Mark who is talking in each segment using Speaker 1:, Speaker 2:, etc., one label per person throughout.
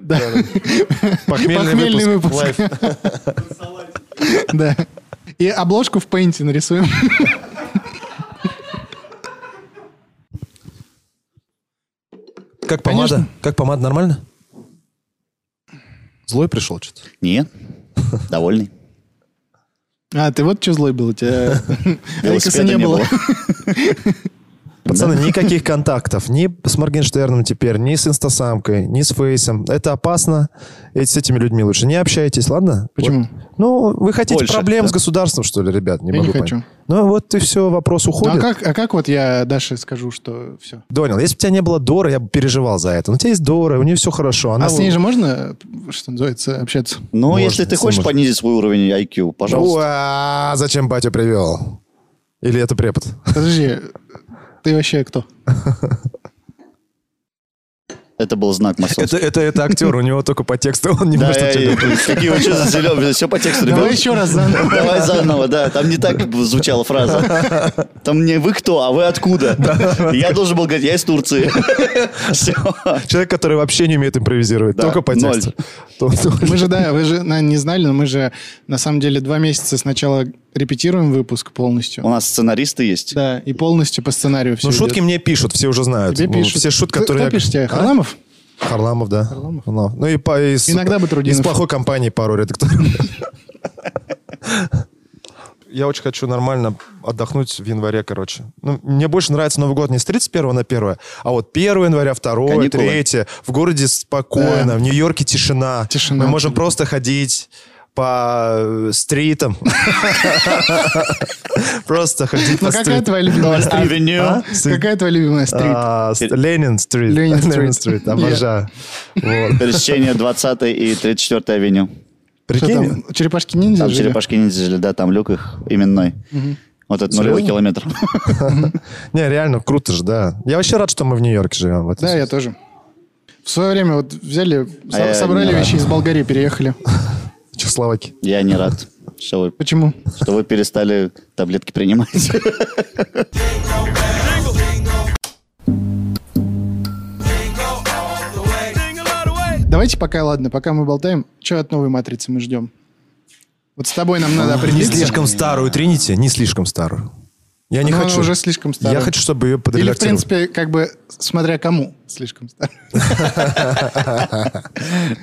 Speaker 1: Да.
Speaker 2: Похмельный,
Speaker 1: Похмельный
Speaker 2: выпуск. Лайф.
Speaker 1: Да. И обложку в пейнте нарисуем.
Speaker 2: Как помада?
Speaker 1: Конечно.
Speaker 2: Как помада, нормально? Злой пришел что-то.
Speaker 3: Не, довольный.
Speaker 1: А, ты вот что злой был, у тебя Элькаса
Speaker 3: Велосипеда
Speaker 1: не было.
Speaker 2: Пацаны, никаких контактов. Ни с Моргенштерном теперь, ни с Инстасамкой, ни с Фейсом. Это опасно. Эти- с этими людьми лучше не общайтесь, ладно?
Speaker 1: Почему?
Speaker 2: Вот. Ну, вы хотите
Speaker 3: Больше,
Speaker 2: проблем
Speaker 3: да.
Speaker 2: с государством, что ли, ребят? Не
Speaker 1: Я
Speaker 2: могу
Speaker 1: не хочу.
Speaker 2: понять. Ну, вот и все, вопрос
Speaker 1: Ну,
Speaker 2: уходит.
Speaker 1: А как, а как вот я Даше скажу, что все?
Speaker 2: Донял, если бы у тебя не было Дора, я бы переживал за это. Но у тебя есть Дора, у нее все хорошо. Она
Speaker 1: А с ней
Speaker 2: Ну, вот-
Speaker 1: же можно, что называется, общаться?
Speaker 3: Ну,
Speaker 2: Можно,
Speaker 3: если ты
Speaker 2: если
Speaker 3: хочешь
Speaker 2: можно.
Speaker 3: понизить свой уровень IQ, пожалуйста.
Speaker 2: Уа, зачем батю привел? Или это препод?
Speaker 1: Подожди, ты вообще кто?
Speaker 3: Это был знак масонства.
Speaker 2: Это, это, это актер, у него только по тексту он не
Speaker 3: Да,
Speaker 2: может
Speaker 3: я- я-
Speaker 2: отсюда.
Speaker 3: какие вы что Все по тексту,
Speaker 1: Давай
Speaker 3: ребят.
Speaker 1: еще раз заново.
Speaker 3: Давай заново, да. Там не так звучала фраза. Там не вы кто, а вы откуда. Я должен был говорить, я из Турции. Все.
Speaker 2: Человек, который вообще не умеет импровизировать,
Speaker 3: Да,
Speaker 2: только по
Speaker 3: ноль.
Speaker 2: тексту. То- то-
Speaker 1: Мы же, да, вы же наверное, не знали, но мы же на самом деле два месяца сначала репетируем выпуск
Speaker 3: У
Speaker 1: полностью.
Speaker 3: нас сценаристы есть.
Speaker 1: Да, и полностью по сценарию все
Speaker 2: Ну, шутки мне пишут, все уже знают.
Speaker 1: Тебе
Speaker 2: Ну,
Speaker 1: пишут.
Speaker 2: Все шутки,
Speaker 1: Кто- Кто
Speaker 2: которые... я-
Speaker 1: пишет тебе? Ну,
Speaker 2: А?
Speaker 1: Харламов?
Speaker 2: Харламов, да. Харламов. Ну, и по... Из,
Speaker 1: Иногда Батрутдинов.
Speaker 2: Из плохой компании пару редакторов. Я очень хочу нормально отдохнуть в январе, короче. Ну, мне больше нравится Новый год не с 31 на 1, а вот 1 января, 2,
Speaker 3: Каникулы.
Speaker 2: 3. В городе спокойно,
Speaker 1: Да.
Speaker 2: в Нью-Йорке тишина.
Speaker 1: Тишина
Speaker 2: Мы можем
Speaker 1: абсолютно.
Speaker 2: просто ходить по э, стритам. Просто ходить
Speaker 1: Ну,
Speaker 2: по
Speaker 1: какая
Speaker 2: стритам. А?
Speaker 1: твоя любимая стрит?
Speaker 3: Авеню.
Speaker 2: Стрит.
Speaker 1: Какая твоя любимая стрит?
Speaker 2: А, ст- Ленин-стрит.
Speaker 1: Ленин-стрит.
Speaker 2: Ленин-стрит,
Speaker 1: Я-
Speaker 2: обожаю. Вот.
Speaker 3: Пересечение 20 и 34 авеню.
Speaker 1: Что
Speaker 2: Прикинь,
Speaker 1: там, черепашки ниндзя
Speaker 3: Там
Speaker 1: жили?
Speaker 3: черепашки ниндзя, да, там люк их именной. Вот этот нулевой
Speaker 2: Серьезно?
Speaker 3: километр.
Speaker 2: Не, реально, круто же, да. Я вообще рад, что мы в Нью-Йорке живем. в этом
Speaker 1: Да, я
Speaker 2: смысле.
Speaker 1: тоже. В свое время вот взяли, со-
Speaker 3: я
Speaker 1: собрали
Speaker 3: не рад.
Speaker 1: вещи из Болгарии, переехали.
Speaker 2: Чехословакии.
Speaker 3: Я не рад, что вы,
Speaker 1: Почему?
Speaker 3: что вы перестали таблетки принимать.
Speaker 1: Давайте пока, ладно, пока мы болтаем, что от новой матрицы мы ждем? Вот с тобой нам надо
Speaker 2: Не
Speaker 1: определиться.
Speaker 2: А, слишком старую Тринити, не слишком старую. Я не
Speaker 1: Но
Speaker 2: хочу.
Speaker 1: Она уже слишком старая.
Speaker 2: Я хочу, чтобы ее
Speaker 1: Или, в
Speaker 2: подредактировали.
Speaker 1: принципе, как бы, смотря кому слишком старая.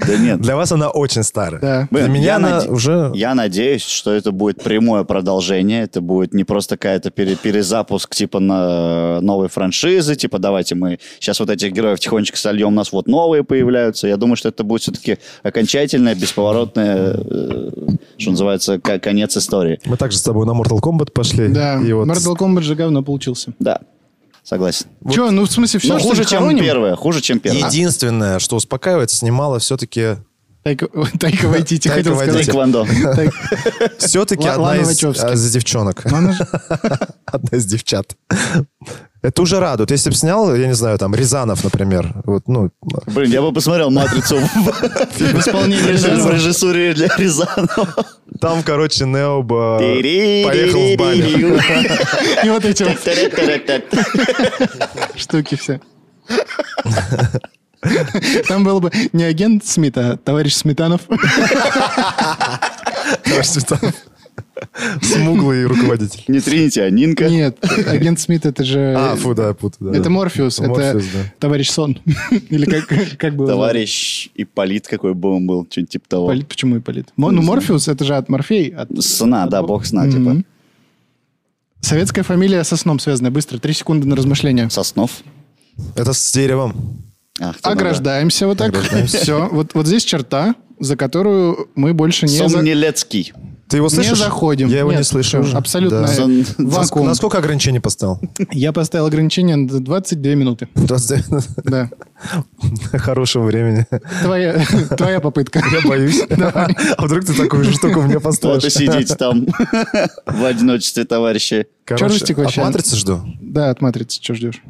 Speaker 3: Да нет.
Speaker 2: Для вас она очень старая.
Speaker 1: Да.
Speaker 2: Для
Speaker 3: Блин,
Speaker 2: меня
Speaker 3: я
Speaker 2: она
Speaker 3: наде-
Speaker 2: уже...
Speaker 3: Я надеюсь, что это будет прямое продолжение. Это будет не просто какая-то пере- перезапуск типа на новой франшизы. Типа давайте мы сейчас вот этих героев тихонечко сольем, у нас вот новые появляются. Я думаю, что это будет все-таки окончательное, бесповоротное, э, что называется, ко- конец истории.
Speaker 2: Мы также с тобой на Mortal Kombat пошли.
Speaker 1: Да,
Speaker 2: И вот...
Speaker 1: Mortal Kombat же говно получился.
Speaker 3: Да, согласен.
Speaker 1: Че, ну в смысле все,
Speaker 3: Но
Speaker 1: что
Speaker 3: хуже,
Speaker 1: ли,
Speaker 3: чем
Speaker 1: хороним?
Speaker 3: первое. Хуже, чем первое.
Speaker 2: Единственное, что успокаивает, снимала все-таки...
Speaker 1: Тайка, Тайка Вайтити
Speaker 2: Тайка
Speaker 3: А,
Speaker 1: хотел сказать.
Speaker 2: Вайтити.
Speaker 3: Тэквондо.
Speaker 1: Тайк-
Speaker 2: Все-таки
Speaker 1: Ла-
Speaker 2: одна
Speaker 1: Лана
Speaker 2: из,
Speaker 1: Вачовски.
Speaker 2: а, из девчонок.
Speaker 1: Ну, она же-
Speaker 2: Одна из девчат. Это уже радует. Если бы снял, я не знаю, там, Рязанов, например. Вот, ну,
Speaker 3: Блин, я бы посмотрел «Матрицу» в
Speaker 1: В исполнении
Speaker 3: в
Speaker 1: Рязанова.
Speaker 3: режиссуре для Рязанова.
Speaker 2: там, короче, Нео
Speaker 1: А,
Speaker 2: бы э, поехал в баню.
Speaker 1: И вот эти вот
Speaker 3: Тирит-тирит-тирит.
Speaker 1: штуки все. Там был бы не агент Смит, а товарищ Сметанов.
Speaker 2: Короче, там Смуглый руководитель.
Speaker 3: Не Тринити, а Нинка.
Speaker 1: Нет, агент Смит это же...
Speaker 2: А, фу, да, я путаю. да,
Speaker 1: Э, Это
Speaker 2: да.
Speaker 1: Морфеус, это
Speaker 2: Морфеус, да.
Speaker 1: товарищ Сон. Или как, как было?
Speaker 3: Товарищ Ипполит какой бы он был, что-нибудь типа того.
Speaker 1: Полит- почему Ипполит? Мо- Ну, Морфеус, это же от Морфей. от-
Speaker 3: Сна, да, бог сна, типа.
Speaker 1: Мгм. Советская фамилия со сном связана. Быстро, три секунды на размышление.
Speaker 3: Соснов.
Speaker 2: Это с деревом.
Speaker 3: Ах, ты, ну да.
Speaker 1: Ограждаемся вот так. Все, вот, вот здесь черта, за которую мы больше не, за-
Speaker 3: Сомнелецкий.
Speaker 2: Ты его
Speaker 1: не
Speaker 2: слышишь?
Speaker 1: заходим.
Speaker 2: Я его
Speaker 1: Нет,
Speaker 2: не слышу
Speaker 1: всё,
Speaker 2: уже.
Speaker 1: Абсолютно
Speaker 2: Да.
Speaker 3: Сон-
Speaker 1: э,
Speaker 2: Насколько,
Speaker 1: вакуум.
Speaker 2: насколько ограничений поставил?
Speaker 1: Я поставил ограничение на 22 минуты.
Speaker 2: 29
Speaker 1: Да.
Speaker 2: Хорошего времени.
Speaker 1: Твоя, твоя попытка.
Speaker 2: Я боюсь. А вдруг ты такую же штуку мне
Speaker 3: Вот и
Speaker 2: поставишь?
Speaker 3: сидите там в одиночестве, товарищи.
Speaker 2: Короче,
Speaker 1: Чёрный стик вообще.
Speaker 2: от «Матрицы» жду.
Speaker 1: Да, от матрицы, что ждешь?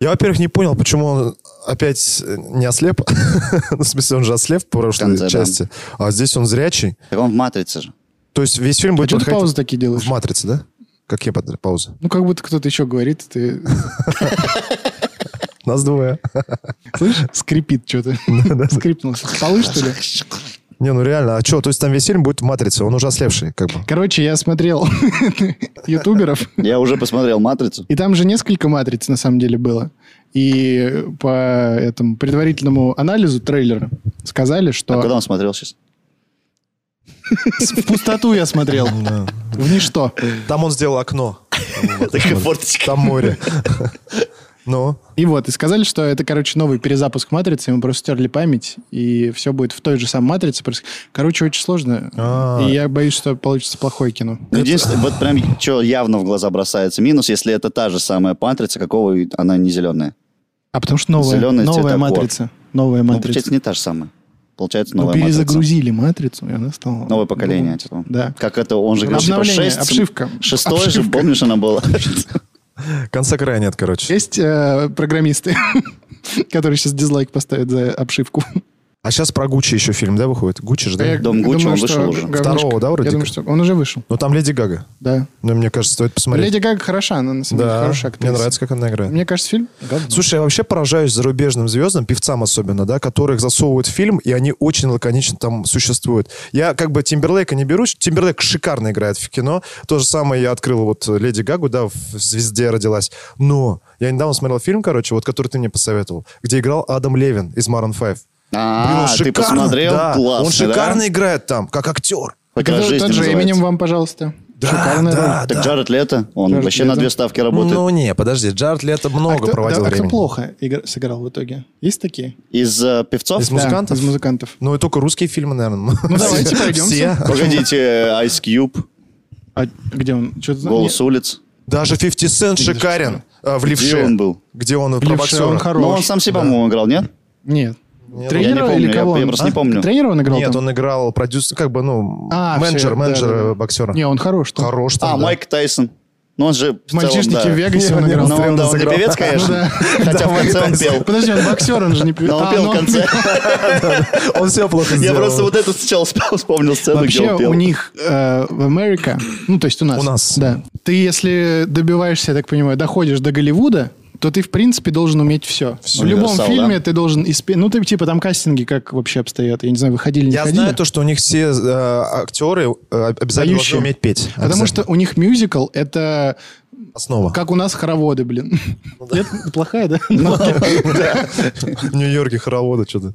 Speaker 2: Я, во-первых, не понял, почему он опять э, не ослеп. Ну, В смысле, он же ослеп в прошлой
Speaker 3: конце, да.
Speaker 2: части. А здесь он зрячий.
Speaker 3: Так он в «Матрице» же.
Speaker 2: То есть весь фильм
Speaker 1: А
Speaker 2: будет
Speaker 1: что ты
Speaker 2: проходить
Speaker 1: паузы такие делаешь?
Speaker 2: в «Матрице», да? Какие паузы?
Speaker 1: Ну, как будто кто-то еще говорит, и ты...
Speaker 2: Нас двое.
Speaker 1: Слышь, скрипит что-то.
Speaker 2: Да-да.
Speaker 1: Скрипнулся. Полы, что ли?
Speaker 2: Не, ну реально, а что? То есть там весь фильм будет в «Матрице», он уже ослепший, как бы.
Speaker 1: Короче, я смотрел ютуберов,
Speaker 3: Я уже посмотрел «Матрицу».
Speaker 1: и там же несколько матриц на самом деле было. И по этому предварительному анализу трейлера сказали,
Speaker 3: А куда
Speaker 1: что...
Speaker 3: он смотрел сейчас?
Speaker 1: В пустоту я смотрел.
Speaker 2: Да.
Speaker 1: В ничто.
Speaker 2: Там он сделал окно.
Speaker 3: Такая форточка.
Speaker 2: Там море. Ну,
Speaker 1: И вот, и сказали, что это, короче, новый перезапуск матрицы, ему просто стерли память, и все будет в той же самой матрице. происход- Короче, очень сложно.
Speaker 2: А.
Speaker 1: И я боюсь, что получится плохое кино.
Speaker 3: Ну, Единственное, вот прям что явно в глаза бросается минус, если это та же самая «Матрица», какого и- она не зеленая.
Speaker 1: А потому что новая,
Speaker 3: Зелёный
Speaker 1: новая
Speaker 3: цветокор.
Speaker 1: матрица. Новая
Speaker 3: Ну,
Speaker 1: матрица.
Speaker 3: получается, не та же самая. Получается,
Speaker 1: Ну,
Speaker 3: новая «Матрица».
Speaker 1: перезагрузили матрицу, и она стала...
Speaker 3: Новое поколение, типа.
Speaker 1: Да.
Speaker 3: Как это, он же говорит, типа,
Speaker 1: Обновление,
Speaker 3: шесть-
Speaker 1: обшивка.
Speaker 3: Шестое же,
Speaker 1: Обшивка.
Speaker 3: помнишь, она была?
Speaker 2: конца края нет, короче.
Speaker 1: Есть э, программисты, которые сейчас дизлайк поставят за обшивку.
Speaker 2: А сейчас про Гуччи еще фильм, да, выходит? Гуччи же,
Speaker 1: Я
Speaker 2: да?
Speaker 3: Дом Гуччи,
Speaker 1: думаю,
Speaker 3: он
Speaker 1: что
Speaker 3: вышел уже.
Speaker 1: говнушка.
Speaker 2: Второго, да, вроде
Speaker 1: Я думаю,
Speaker 2: как?
Speaker 1: что он уже вышел,
Speaker 2: Ну, там Леди Гага.
Speaker 1: да.
Speaker 2: Ну, мне кажется, стоит посмотреть.
Speaker 1: Леди Гага хороша, она на самом деле
Speaker 2: Да,
Speaker 1: хорошая актриса.
Speaker 2: мне нравится, как она играет.
Speaker 1: Мне кажется, фильм...
Speaker 2: Слушай, я вообще поражаюсь зарубежным звездам, певцам особенно, да, которых засовывают в фильм, и они очень лаконично там существуют. Я как бы Тимберлейка не беру, Тимберлейк шикарно играет в кино. То же самое я открыл вот э, Леди Гагу, да, в «Звезде родилась». Но я недавно смотрел фильм, короче, вот который ты мне посоветовал, где играл Адам Левин из Марон 5.
Speaker 3: А, ты посмотрел?
Speaker 2: да,
Speaker 3: Классно,
Speaker 2: он
Speaker 3: да?
Speaker 2: шикарно играет там, как актер.
Speaker 3: Хоть
Speaker 1: Это
Speaker 3: раз жизнь
Speaker 1: тот же
Speaker 3: называется.
Speaker 1: именем вам, пожалуйста.
Speaker 2: Да,
Speaker 1: Шикарная
Speaker 2: да.
Speaker 1: роль.
Speaker 3: Так Джаред Лето, он
Speaker 1: Джаред
Speaker 3: вообще
Speaker 1: Лето.
Speaker 3: на две ставки работает.
Speaker 2: Ну не, подожди, Джаред Лето
Speaker 1: А
Speaker 2: много
Speaker 1: кто,
Speaker 2: проводил
Speaker 1: да, а кто
Speaker 2: времени.
Speaker 1: плохо игр- сыграл в итоге? Есть такие?
Speaker 3: Из э, певцов?
Speaker 2: Из
Speaker 1: Да,
Speaker 2: музыкантов?
Speaker 1: из музыкантов.
Speaker 2: Ну и только русские фильмы, наверное.
Speaker 1: Ну, давайте пройдёмся.
Speaker 2: Все.
Speaker 3: Погодите, Ice Cube,
Speaker 1: А где он? Что-то...
Speaker 3: «Голос улиц».
Speaker 2: Даже 50 Cent шикарен э, в левше.
Speaker 3: Где он был?
Speaker 2: Где он про боксера.
Speaker 1: он
Speaker 3: Но Ну, он
Speaker 1: хорош.
Speaker 3: сам себя, по-моему, играл, нет?
Speaker 1: Нет.
Speaker 2: Нет,
Speaker 1: Тренера
Speaker 3: я не помню,
Speaker 1: или
Speaker 3: я-
Speaker 1: кого?
Speaker 3: я
Speaker 1: он?
Speaker 3: просто не
Speaker 1: А?
Speaker 3: помню.
Speaker 1: Тренера он играл
Speaker 2: Нет,
Speaker 1: там?
Speaker 2: он играл продюсер, как бы, ну,
Speaker 1: А,
Speaker 2: менеджер,
Speaker 1: всё,
Speaker 2: менеджер
Speaker 1: да, да, да.
Speaker 2: э, боксера.
Speaker 1: Не, он хорош. там.
Speaker 2: Хорош там,
Speaker 3: А,
Speaker 2: да.
Speaker 3: Майк Тайсон. Ну, он же... в целом,
Speaker 1: Мальчишники
Speaker 3: да.
Speaker 1: в Вегасе он
Speaker 2: Не, не,
Speaker 1: играл.
Speaker 3: Ну, он, да, он не
Speaker 2: Сыграл.
Speaker 3: певец, конечно. Хотя в конце он пел.
Speaker 1: Подожди, он боксер, он же не... пи-
Speaker 3: Но он
Speaker 1: А,
Speaker 3: пел
Speaker 1: ну
Speaker 3: в
Speaker 1: он-
Speaker 3: конце.
Speaker 2: Он все плохо
Speaker 3: Я
Speaker 2: сделал.
Speaker 3: просто вот это сначала вспом- вспомнил сцену, где
Speaker 1: Вообще
Speaker 3: он пел.
Speaker 1: у них э, в Америка, ну то есть у нас,
Speaker 2: У нас.
Speaker 1: да. Ты если добиваешься, я так понимаю, доходишь до Голливуда, то ты в принципе должен уметь все. в любом
Speaker 3: Универсал,
Speaker 1: фильме
Speaker 3: да?
Speaker 1: ты должен испе... ну ты типа там кастинги как вообще обстоят, я не знаю, выходили не
Speaker 2: Я
Speaker 1: ходили.
Speaker 2: знаю то, что у них все э, актеры э,
Speaker 1: Поющие.
Speaker 2: обязательно должны уметь петь.
Speaker 1: Потому
Speaker 2: Обязательно.
Speaker 1: что у них мюзикл это
Speaker 2: Основа.
Speaker 1: как у нас хороводы, блин.
Speaker 2: Ну
Speaker 1: Это плохая, да? Ну,
Speaker 2: В Нью-Йорке хороводы что-то.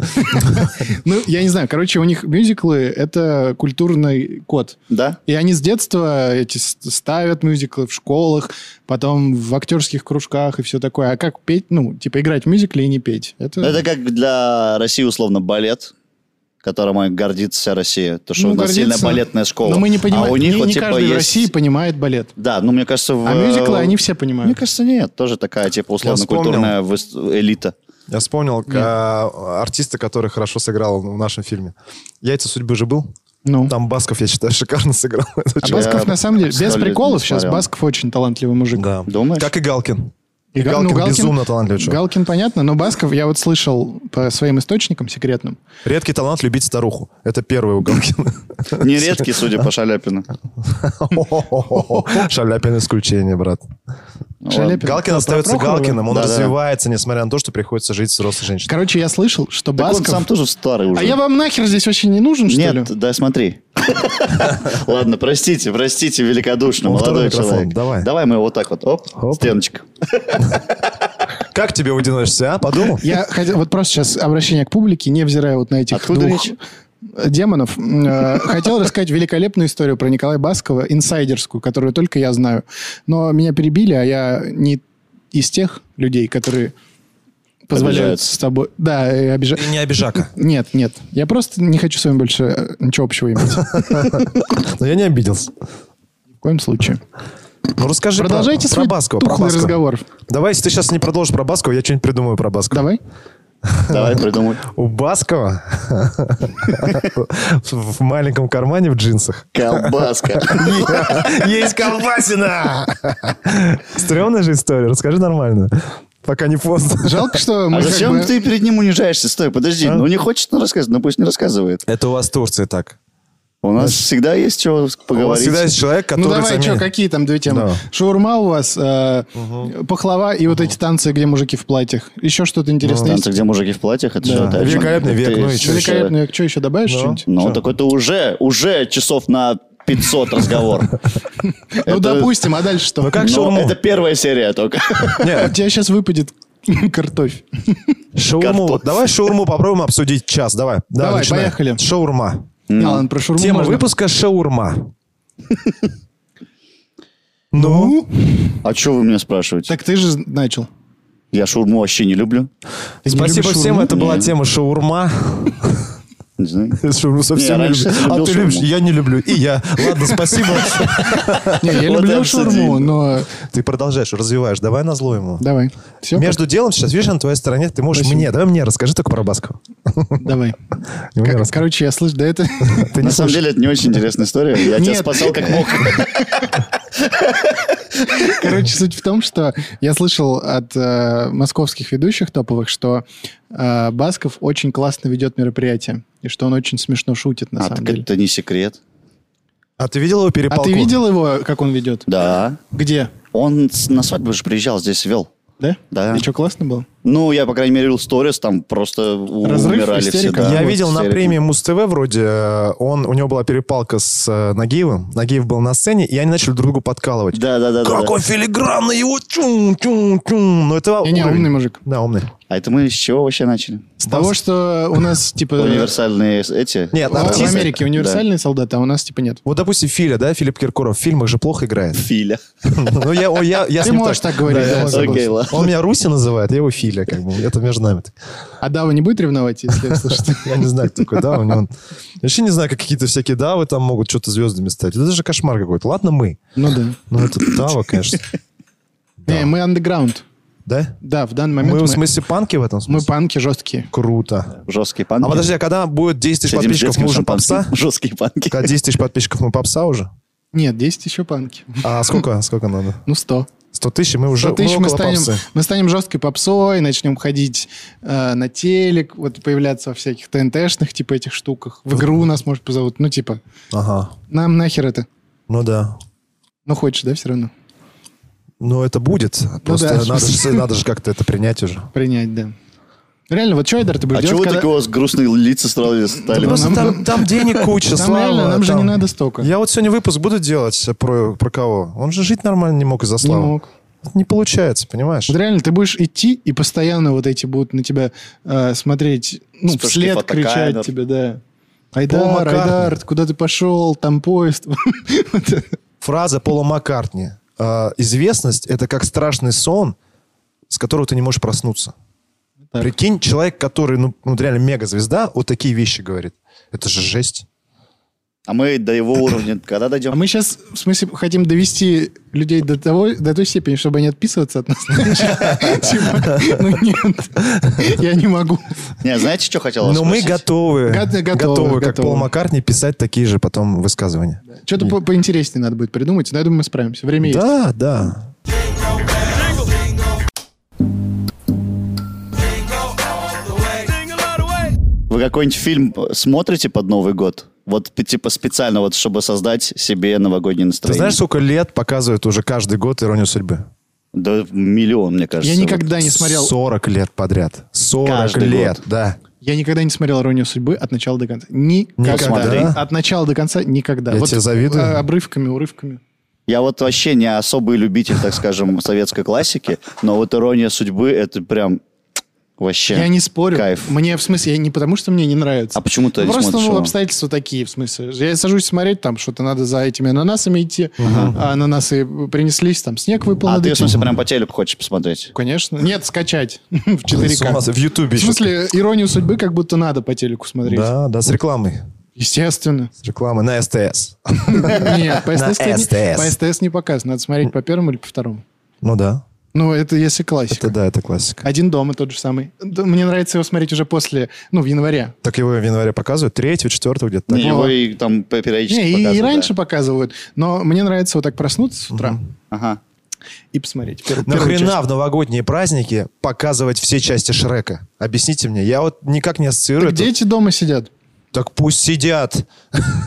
Speaker 1: Ну, я не знаю. Короче, у них мюзиклы это культурный код.
Speaker 3: Да?
Speaker 1: И они с детства эти с- ставят мюзиклы в школах, потом в актерских кружках и все такое. А как петь, ну, типа играть в мюзикле и не петь? Это,
Speaker 3: Это как для России, условно, балет, которым гордится вся Россия. То, что
Speaker 1: ну,
Speaker 3: у нас
Speaker 1: гордиться.
Speaker 3: сильная балетная школа.
Speaker 1: Но мы не
Speaker 3: А
Speaker 1: понимаем,
Speaker 3: у них
Speaker 1: не,
Speaker 3: вот
Speaker 1: не
Speaker 3: типа
Speaker 1: каждый в
Speaker 3: есть-
Speaker 1: России понимает балет.
Speaker 3: Да, ну, мне кажется, в... э,
Speaker 1: А мюзиклы они все понимают.
Speaker 3: Мне кажется, нет. Тоже такая, типа, условно-культурная выс- элита.
Speaker 2: Я вспомнил
Speaker 1: Нет.
Speaker 2: а, артиста, который хорошо сыграл в нашем фильме. «Яйца судьбы» же был.
Speaker 1: ну.
Speaker 2: Там Басков, я считаю, шикарно сыграл. Это
Speaker 1: А
Speaker 2: очень-
Speaker 1: Басков, на самом деле, без
Speaker 3: сто лет не
Speaker 1: приколов, сейчас
Speaker 3: смотрел.
Speaker 1: Басков очень талантливый мужик.
Speaker 2: Да.
Speaker 3: Думаешь?
Speaker 2: Как и Галкин. И
Speaker 1: Га-
Speaker 2: Галкин,
Speaker 1: ну,
Speaker 2: безумно талантливый человек.
Speaker 1: Галкин, понятно, но Басков, я вот слышал по своим источникам секретным,
Speaker 2: Редкий талант любить старуху. Это первый у Галкина.
Speaker 3: Нередкий, судя по Шаляпину.
Speaker 2: Шаляпин исключение, брат.
Speaker 3: Ну,
Speaker 1: Шаляпин.
Speaker 3: ладно.
Speaker 2: Галкин
Speaker 1: Про
Speaker 2: остается
Speaker 1: Прохорова?
Speaker 2: Галкиным, он
Speaker 3: Да-да.
Speaker 2: развивается, несмотря на то, что приходится жить с взрослой женщиной.
Speaker 1: Короче, я слышал, что
Speaker 3: Так он
Speaker 1: Басков...
Speaker 3: сам тоже старый уже.
Speaker 1: А я вам нахер здесь вообще не нужен, что ли?
Speaker 3: Нет, да смотри. Ладно, простите, простите великодушно,
Speaker 2: Он второй
Speaker 3: молодой
Speaker 2: микрофон,
Speaker 3: человек.
Speaker 2: давай.
Speaker 3: Давай мы вот так вот,
Speaker 2: Оп.
Speaker 3: оп, стеночка.
Speaker 2: Как тебе в одиночестве, а? Подумал?
Speaker 1: Я хотел, вот просто сейчас обращение к публике, невзирая вот на этих
Speaker 3: Откуда
Speaker 1: двух
Speaker 3: речь?
Speaker 1: демонов, м, э, хотел рассказать великолепную историю про Николая Баскова, инсайдерскую, которую только я знаю. Но меня перебили, а я не из тех людей, которые позволяют
Speaker 3: Обижаются.
Speaker 1: с тобой... Да, и обижа...
Speaker 2: Ты не обижака.
Speaker 1: Нет, нет. Я просто не хочу с вами больше э, ничего общего иметь. Ни
Speaker 2: Но я не обиделся.
Speaker 1: в коем случае.
Speaker 2: Ну расскажи про-
Speaker 1: Продолжайте
Speaker 2: про
Speaker 1: свой
Speaker 2: Баскова. про
Speaker 1: тухлый
Speaker 2: Баскова.
Speaker 1: разговор.
Speaker 2: Давай, если ты сейчас не продолжишь про Баскова, я что-нибудь придумаю про Баскова.
Speaker 1: Давай.
Speaker 3: Давай придумай.
Speaker 2: У Баскова в маленьком кармане в джинсах
Speaker 3: Колбаска.
Speaker 2: Есть колбасина! Стремная же история, расскажи нормально. Пока не поздно.
Speaker 1: Жалко, что мы
Speaker 3: А
Speaker 1: как
Speaker 3: зачем
Speaker 1: бы-
Speaker 3: ты перед ним унижаешься? Стой, подожди, ну не хочет он рассказывать, ну пусть не рассказывает.
Speaker 2: Это у вас Турции так.
Speaker 3: У нас всегда есть чего
Speaker 2: У вас
Speaker 3: поговорить.
Speaker 2: всегда есть человек, который
Speaker 1: Ну давай, что,
Speaker 2: заменит.
Speaker 1: какие там две темы?
Speaker 2: Да.
Speaker 1: Шаурма у вас, э, пахлава и вот эти танцы, где мужики в платьях. Еще что-то интересное есть?
Speaker 3: Танцы, где мужики в платьях, это
Speaker 1: Да.
Speaker 3: все. это о чем-
Speaker 2: Великолепный век,
Speaker 3: ты
Speaker 2: ну и
Speaker 3: с-
Speaker 2: Ну, чё еще?
Speaker 1: Великолепно. Что еще добавишь
Speaker 2: Да.
Speaker 1: что-нибудь?
Speaker 3: Ну, такой ты уже, уже часов на 500 разговор.
Speaker 1: Ну,
Speaker 3: Это-
Speaker 1: допустим, а дальше что?
Speaker 2: Ну, как
Speaker 3: Но
Speaker 2: шаурму?
Speaker 3: Это первая серия только.
Speaker 1: У
Speaker 2: Нет,
Speaker 1: тебя сейчас выпадет картофель.
Speaker 2: шаурму.
Speaker 3: Картофель.
Speaker 2: Вот Давай шаурму попробуем обсудить час. Давай. Да,
Speaker 1: Давай,
Speaker 2: начинаем.
Speaker 1: поехали.
Speaker 2: Шаурма.
Speaker 1: Да, А, ладно, про шаурму
Speaker 2: Тема
Speaker 1: можно.
Speaker 2: выпуска шаурма. Ну?
Speaker 3: А что вы меня спрашиваете?
Speaker 1: Так ты же начал.
Speaker 3: Я шаурму вообще не люблю.
Speaker 1: Ты не
Speaker 2: Спасибо
Speaker 1: любишь
Speaker 2: всем,
Speaker 1: шаурму?
Speaker 2: это была тема шаурма.
Speaker 3: Не знаю.
Speaker 2: Шаурму совсем не
Speaker 3: Не, раньше
Speaker 2: люблю.
Speaker 3: я
Speaker 2: А
Speaker 3: любил
Speaker 2: ты любишь?
Speaker 3: шаурму.
Speaker 2: Я не люблю. И я. Ладно, спасибо.
Speaker 1: Не, я
Speaker 3: Вот
Speaker 1: люблю
Speaker 3: так
Speaker 1: шаурму,
Speaker 3: сидим.
Speaker 1: но...
Speaker 2: Ты продолжаешь, развиваешь. Давай на зло ему.
Speaker 1: Давай. Все,
Speaker 2: Между делом сейчас, видишь, на твоей стороне, ты можешь
Speaker 1: Спасибо.
Speaker 2: мне, давай мне расскажи только про Баскова.
Speaker 1: давай.
Speaker 2: Не мне
Speaker 1: Как-
Speaker 2: рассказывай.
Speaker 1: короче, я слышу, да это...
Speaker 2: Ты не
Speaker 3: На самом
Speaker 2: слышишь.
Speaker 3: деле, это не очень интересная история. Я тебя
Speaker 1: Нет.
Speaker 3: спасал как мог.
Speaker 1: Короче, суть в том, что я слышал от э, московских ведущих топовых, что э, Басков очень классно ведет мероприятие, и что он очень смешно шутит, на
Speaker 3: А,
Speaker 1: самом
Speaker 3: так
Speaker 1: деле.
Speaker 3: это не секрет.
Speaker 2: А ты видел его
Speaker 1: А
Speaker 2: перепалку?
Speaker 1: ты видел его, как он ведет?
Speaker 3: Да.
Speaker 1: Где?
Speaker 3: Он с- на свадьбу же приезжал, здесь вел.
Speaker 1: Да?
Speaker 3: Да.
Speaker 1: И что, классно было?
Speaker 3: Ну, я, по крайней мере, видел сторис, там просто у-
Speaker 1: Разрыв,
Speaker 3: умирали все.
Speaker 1: истерика.
Speaker 3: да.
Speaker 2: Я
Speaker 3: Вот
Speaker 2: видел на
Speaker 3: истерика.
Speaker 2: премии Муз-ТВ вроде, э, он, у него была перепалка с э, Нагиевым. Нагиев был на сцене, и они начали друг друга подкалывать.
Speaker 3: Да, да, да, да.
Speaker 2: Какой
Speaker 3: да.
Speaker 2: филигранный его чум-чум-чум. Ну, это
Speaker 1: Не-не,
Speaker 2: уровень.
Speaker 1: умный мужик.
Speaker 2: Да, умный.
Speaker 3: А это мы с чего вообще начали?
Speaker 1: С того, что у нас, типа...
Speaker 3: Универсальные эти?
Speaker 2: Э, Нет,
Speaker 1: в-
Speaker 2: артист-
Speaker 1: В Америке универсальные солдаты, а у нас, типа, нет.
Speaker 2: Вот, допустим, Филя, да, Филипп Киркоров в фильмах же плохо играет.
Speaker 3: Филя.
Speaker 2: Ну, я, о, я, я с
Speaker 1: Ты
Speaker 2: ним
Speaker 1: можешь так говорить,
Speaker 2: Да, я
Speaker 1: да,
Speaker 2: могу.
Speaker 1: согласен.
Speaker 3: Окей, ладно.
Speaker 2: Он меня Руси называет, я его Филя, как бы. Это между нами.
Speaker 1: А Дава не будет ревновать, если слушать?
Speaker 2: Я не знаю, кто такой да, у него. Вообще не знаю, как какие-то всякие давы там могут что-то звездами стать. Это же кошмар какой-то. Ладно, мы.
Speaker 1: Ну да.
Speaker 2: Ну, это дава, конечно.
Speaker 1: Не, мы underground.
Speaker 2: Да?
Speaker 1: Да, в данный момент
Speaker 2: Мы
Speaker 1: мы,
Speaker 2: в смысле панки в этом
Speaker 1: мы
Speaker 2: смысле?
Speaker 1: панки жесткие.
Speaker 2: Круто. А
Speaker 3: Жесткие панки.
Speaker 2: подожди, а когда будет 10
Speaker 3: С
Speaker 2: тысяч
Speaker 3: этим
Speaker 2: подписчиков,
Speaker 3: детским
Speaker 2: мы уже
Speaker 3: шампанским.
Speaker 2: попса?
Speaker 3: Жесткие панки. А
Speaker 2: Когда 10 тысяч подписчиков, мы попса уже?
Speaker 1: Нет, 10 еще панки.
Speaker 2: А сколько, сколько надо?
Speaker 1: Ну, 100.
Speaker 2: 100 тысяч, и мы уже
Speaker 1: 100 тысяч
Speaker 2: мы
Speaker 1: ну, мы
Speaker 2: ну, около
Speaker 1: станем,
Speaker 2: попсы.
Speaker 1: мы станем жесткой попсой, начнем ходить э, на телек, вот появляться во всяких ТНТшных, типа, этих штуках. В игру нас, может, позовут. Ну, типа,
Speaker 2: Ага.
Speaker 1: нам нахер это.
Speaker 2: Ну да.
Speaker 1: Ну, хочешь, да, все равно?
Speaker 2: Но это будет. Просто
Speaker 1: Ну да.
Speaker 2: надо, же, надо же как-то это принять уже.
Speaker 1: Принять, да. Реально, вот что, Айдар, ты будешь
Speaker 3: А
Speaker 1: делать,
Speaker 3: чего
Speaker 1: когда-
Speaker 3: такие у вас грустные лица стали? стали?
Speaker 1: Да
Speaker 2: Ну, Просто
Speaker 1: нам-
Speaker 2: там, там денег куча,
Speaker 1: Там
Speaker 2: Слава,
Speaker 1: реально, нам же
Speaker 2: там.
Speaker 1: не надо столько.
Speaker 2: Я вот сегодня выпуск буду делать про, про кого? Он же жить нормально не мог из-за
Speaker 1: Не
Speaker 2: славы.
Speaker 1: мог.
Speaker 2: Это Не получается, понимаешь?
Speaker 1: Вот реально, ты будешь идти, и постоянно вот эти будут на тебя э, смотреть, ну,
Speaker 3: Вспышки
Speaker 1: вслед
Speaker 3: фотокамер.
Speaker 1: кричать тебе, да.
Speaker 2: Пол
Speaker 1: Айдар,
Speaker 2: Маккартни.
Speaker 1: Айдар, куда ты пошел, там поезд. Вот это.
Speaker 2: Фраза Пола Маккартни. э, Известность — это как страшный сон, с которого ты не можешь проснуться.
Speaker 1: Так.
Speaker 2: Прикинь, человек, который, ну, ну, реально мега-звезда, вот такие вещи говорит. Это же жесть.
Speaker 3: А мы до его уровня когда
Speaker 1: А
Speaker 3: дойдем?
Speaker 1: мы сейчас, в смысле, хотим довести людей до того, до той степени, чтобы они отписываться от нас. Типа, Ну нет, я не могу.
Speaker 3: Не, знаете, что хотел
Speaker 2: Но Ну, мы
Speaker 3: спросить?
Speaker 2: готовы,
Speaker 1: Го- готовы,
Speaker 2: как
Speaker 1: готовы.
Speaker 2: Пол Маккартни, писать такие же потом высказывания.
Speaker 1: Что-то по- поинтереснее надо будет придумать, но я думаю, мы справимся. Время есть.
Speaker 2: Да, да.
Speaker 3: Вы какой-нибудь фильм э, смотрите под Новый год? Вот п- типа специально, вот чтобы создать себе новогоднее
Speaker 2: Ты
Speaker 3: настроение.
Speaker 2: знаешь, сколько лет показывают уже каждый год «Иронию судьбы»?
Speaker 3: Да миллион, мне кажется.
Speaker 1: Я никогда не смотрел,
Speaker 2: 40 лет подряд. 40
Speaker 3: Каждый
Speaker 2: лет,
Speaker 3: год.
Speaker 2: да.
Speaker 1: я никогда не смотрел «Иронию судьбы» от начала до конца. Никогда.
Speaker 2: Никогда?
Speaker 1: От начала до конца никогда.
Speaker 2: Я
Speaker 1: Вот,
Speaker 2: тебе завидую.
Speaker 1: э, Обрывками, урывками.
Speaker 3: Я вот вообще не особый любитель, так скажем, советской классики, но вот «Ирония судьбы» — это прям вообще
Speaker 1: Я не спорю.
Speaker 3: кайф.
Speaker 1: Мне, в смысле, я не потому, что мне не нравится.
Speaker 3: А почему ты
Speaker 1: Ну,
Speaker 3: не
Speaker 1: Просто
Speaker 3: смотришь
Speaker 1: ну,
Speaker 3: его?
Speaker 1: обстоятельства такие, в смысле. Я сажусь смотреть, там что-то надо за этими ананасами идти. А ананасы принеслись, там снег выпал.
Speaker 3: А
Speaker 1: над
Speaker 3: ты, в
Speaker 1: этим.
Speaker 3: смысле, прям по телеку хочешь посмотреть?
Speaker 1: Конечно. Нет, скачать в 4К.
Speaker 2: В Ютубе.
Speaker 1: В смысле, иронию судьбы как будто надо по телеку смотреть.
Speaker 2: Да, да, с рекламой.
Speaker 1: Естественно.
Speaker 2: С рекламой на СТС.
Speaker 1: Нет, по
Speaker 2: На
Speaker 1: СТС, не-
Speaker 2: СТС.
Speaker 1: по СТС не показано. Надо смотреть по первому или по второму.
Speaker 2: Ну да.
Speaker 1: Ну, это если
Speaker 2: Это
Speaker 1: классика.
Speaker 2: да, это классика.
Speaker 1: Один дома тот же самый. Да, Мне нравится его смотреть уже после, ну, в январе.
Speaker 2: Так его в январе показывают, 3 четвертого где-то. так. Ну,
Speaker 3: Не, его и там п- периодически
Speaker 1: Не, и- и,
Speaker 3: показывают, да.
Speaker 1: раньше показывают, но мне нравится вот так проснуться с утра
Speaker 3: Ага.
Speaker 1: и посмотреть. пер- первую часть.
Speaker 2: Нахрена в новогодние праздники показывать все части Шрека? Объясните мне. Я вот никак не ассоциирую.
Speaker 1: Так
Speaker 2: это.
Speaker 3: Ну,
Speaker 1: дети дома сидят.
Speaker 2: Так пусть сидят.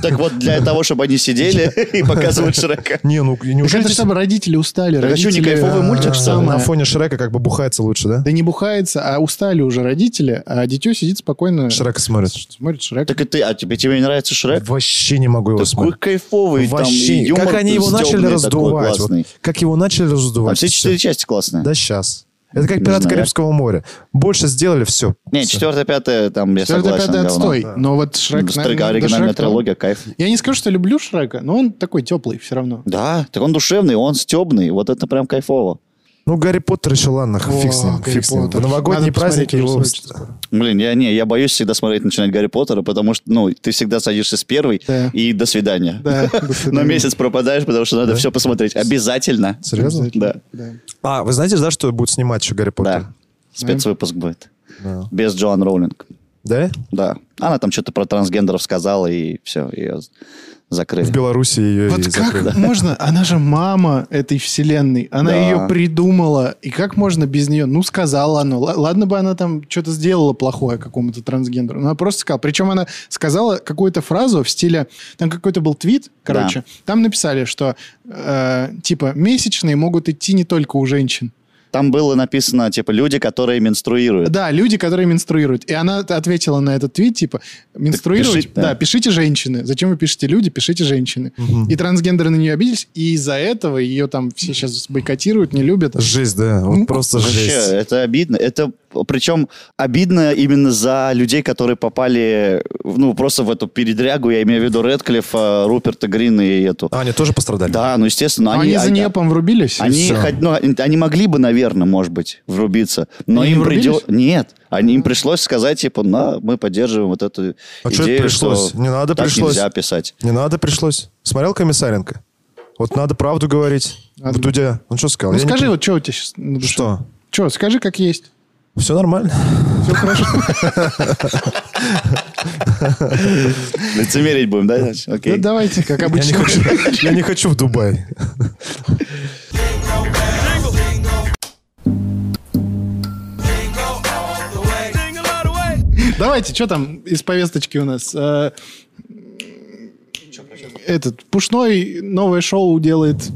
Speaker 3: Так вот, для того, чтобы они сидели и показывали Шрека.
Speaker 2: Не, ну
Speaker 1: Так
Speaker 2: неужели
Speaker 1: это
Speaker 2: здесь-
Speaker 1: чтобы родители устали.
Speaker 3: Так а что, не
Speaker 1: родители,
Speaker 3: кайфовый
Speaker 1: а,
Speaker 3: мультик, что ли?
Speaker 2: на
Speaker 1: самое.
Speaker 2: фоне Шрека как бы бухается лучше, да?
Speaker 1: Да не бухается, а устали уже родители, а дитё сидит спокойно.
Speaker 2: Шрека смотрит.
Speaker 1: Смотрит Шрек.
Speaker 3: Так и ты, а тебе, тебе не нравится Шрек?
Speaker 2: Вообще не могу его
Speaker 3: Такой
Speaker 2: смотреть.
Speaker 3: кайфовый, там и
Speaker 2: Вообще,
Speaker 3: юмор
Speaker 2: как они его начали
Speaker 3: стёбный такой
Speaker 2: раздувать. вот.
Speaker 3: классный.
Speaker 2: Как его начали
Speaker 3: А
Speaker 2: раздувать.
Speaker 3: все четыре части классные.
Speaker 2: Да сейчас. Это как
Speaker 3: Не
Speaker 2: «Пираты
Speaker 3: знаю.
Speaker 2: Карибского моря». Больше сделали, все.
Speaker 3: Не, четвертая, пятая, там я
Speaker 1: Четвертый,
Speaker 3: согласен.
Speaker 1: пятый
Speaker 3: говно.
Speaker 1: отстой. Но вот Шрек...
Speaker 3: Ну,
Speaker 1: на-
Speaker 3: Старика,
Speaker 1: на- до
Speaker 3: оригинальная
Speaker 1: Шрека-
Speaker 3: трилогия, кайф.
Speaker 1: Я не скажу, что люблю Шрека, но он такой теплый все равно.
Speaker 3: Да, так он душевный, он стебный, вот это прям кайфово.
Speaker 2: Ну, Гарри Поттер еще, ладно, фиг с
Speaker 1: О,
Speaker 2: ним.
Speaker 1: Гарри
Speaker 2: фиг с ним. В
Speaker 1: Поттер.
Speaker 2: новогодние
Speaker 1: Надо посмотреть
Speaker 2: праздники
Speaker 1: уже
Speaker 2: его...
Speaker 1: срочно скоро.
Speaker 3: Блин, я не, я боюсь всегда смотреть, начинать Гарри Поттера, потому что, ну, ты всегда садишься с первой
Speaker 1: Да.
Speaker 3: и до свидания.
Speaker 1: Да, до
Speaker 3: Но
Speaker 1: свидания.
Speaker 3: месяц пропадаешь, потому что надо все посмотреть. Обязательно.
Speaker 2: Серьезно?
Speaker 3: Да.
Speaker 1: Да.
Speaker 2: А, вы знаете, да, что будет снимать еще Гарри Поттер?
Speaker 3: Да. Спецвыпуск будет.
Speaker 2: Да.
Speaker 3: Без Джоан Роулинг.
Speaker 2: Да?
Speaker 3: Да. Она там что-то про трансгендеров сказала, и все, ее
Speaker 2: В
Speaker 3: закрыли.
Speaker 2: Беларуси ее
Speaker 1: Вот
Speaker 2: и
Speaker 1: как
Speaker 2: закрыли.
Speaker 1: можно? Она же мама этой вселенной. Она
Speaker 3: Да.
Speaker 1: ее придумала. И как можно без нее? Ну, сказала она. Л- Ладно бы она там что-то сделала плохое какому-то трансгендеру. Но она просто сказала. Причем она сказала какую-то фразу в стиле... Там какой-то был твит, короче. Там написали, что э, типа месячные могут идти не только у женщин.
Speaker 3: Там было написано, типа, люди, которые менструируют.
Speaker 1: Да, люди, которые менструируют. И она т- ответила на этот твит, типа, менструировать,
Speaker 3: пишите,
Speaker 1: да.
Speaker 3: да.
Speaker 1: пишите женщины. Зачем вы пишете люди, пишите женщины. И трансгендеры на нее обиделись, и из-за этого ее там все сейчас бойкотируют, не любят.
Speaker 2: Жесть, да. Вот
Speaker 1: Ну,
Speaker 2: просто
Speaker 3: Вообще, э,
Speaker 2: жесть.
Speaker 3: это обидно. Это причем обидно именно за людей, которые попали, ну, просто в эту передрягу, я имею в виду Редклифа, Руперта Грина и эту.
Speaker 2: А, они тоже пострадали?
Speaker 3: Да, ну, естественно,
Speaker 1: Но они,
Speaker 3: они...
Speaker 1: за
Speaker 3: они-
Speaker 1: НЕПом врубились.
Speaker 3: Они,
Speaker 2: всё.
Speaker 3: хоть- ну, они- они могли бы, наверное, может быть, врубиться, но
Speaker 1: Они не
Speaker 3: им придет...
Speaker 1: врубились?
Speaker 3: Нет, они, им пришлось сказать, типа, на, мы поддерживаем вот эту
Speaker 2: А чё это
Speaker 3: идею,
Speaker 2: пришлось?
Speaker 3: что
Speaker 2: Не надо
Speaker 3: так
Speaker 2: пришлось.
Speaker 3: нельзя писать.
Speaker 2: Не надо, пришлось. Смотрел Комиссаренко? Вот надо правду говорить.
Speaker 1: Надо.
Speaker 2: Дудя, он что сказал?
Speaker 1: А, Ну
Speaker 2: Я не
Speaker 1: скажи,
Speaker 2: пон-
Speaker 1: вот что у тебя сейчас на душе?
Speaker 2: Что?
Speaker 1: Че, скажи, как есть.
Speaker 2: Все нормально.
Speaker 1: Все хорошо.
Speaker 3: Лицемерить будем, да? значит?
Speaker 1: Ну,
Speaker 3: Окей.
Speaker 1: давайте, как
Speaker 2: Я не
Speaker 1: обычно.
Speaker 2: хочу, я не хочу в Дубай.
Speaker 1: Давайте, что там из повесточки у нас? Э, Этот, Пушной новое шоу делает.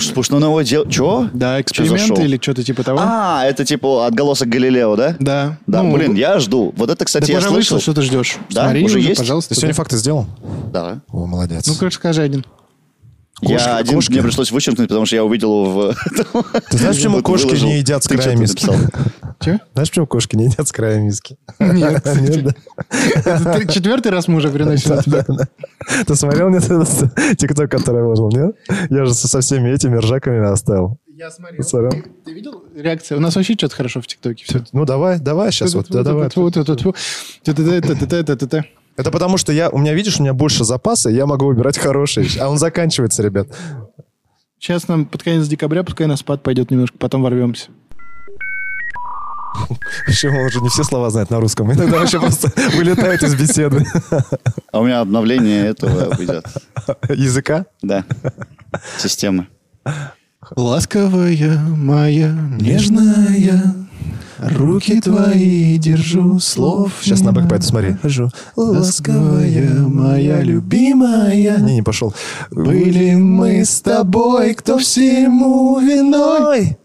Speaker 3: Спушно новое дело. Чё?
Speaker 1: Да,
Speaker 3: Чё за
Speaker 1: эксперименты
Speaker 3: шоу?
Speaker 1: или что-то типа того.
Speaker 3: А, это типа отголосок Галилео, да?
Speaker 1: Да.
Speaker 3: Да,
Speaker 1: Ну,
Speaker 3: блин, я жду. Вот это,
Speaker 1: Так
Speaker 3: кстати, я
Speaker 1: уже вышло,
Speaker 3: слышал.
Speaker 1: что ты ждешь.
Speaker 3: Да,
Speaker 1: Смотри,
Speaker 3: уже есть?
Speaker 1: пожалуйста.
Speaker 2: Ты сегодня
Speaker 1: да.
Speaker 2: факты сделал?
Speaker 3: Да.
Speaker 2: О, молодец.
Speaker 1: Ну, короче, скажи один.
Speaker 2: Кошки-
Speaker 3: я один,
Speaker 2: кошки.
Speaker 3: мне пришлось вычеркнуть, потому что я увидел его в...
Speaker 2: Ты знаешь, почему
Speaker 3: Вот
Speaker 2: кошки
Speaker 3: выложил.
Speaker 2: не едят с
Speaker 3: Ты
Speaker 2: края
Speaker 3: чё-то
Speaker 2: миски?
Speaker 3: написал.
Speaker 1: Че?
Speaker 2: Знаешь, почему кошки не едят с края миски?
Speaker 1: Нет.
Speaker 2: Нет, да?
Speaker 1: Это ты- четвертый раз мы уже приносим. ответ.
Speaker 2: Ты смотрел мне этот тикток, который я выложил, нет? Я же со со всеми этими ржаками оставил.
Speaker 1: Я смотрел.
Speaker 2: Смотрел?
Speaker 1: Ты видел реакцию? У нас вообще что-то хорошо в ТикТоке. Все.
Speaker 2: Ну, давай, давай сейчас вот, да, давай. Это потому, что я, у меня, видишь, у меня больше запаса, и я могу выбирать хороший. А он заканчивается, ребят.
Speaker 1: Сейчас нам под конец декабря, пускай на спад пойдет немножко, потом ворвемся.
Speaker 2: Почему он уже не все слова знает на русском? Иногда вообще просто вылетает из беседы.
Speaker 3: А у меня обновление этого идет.
Speaker 2: Языка?
Speaker 3: Да. Системы.
Speaker 1: Ласковая моя, нежная, руки твои держу, слов
Speaker 2: Сейчас на бэк пойду, смотри.
Speaker 1: Ласковая моя любимая.
Speaker 2: Не, не пошел.
Speaker 1: Были мы с тобой, кто всему виной.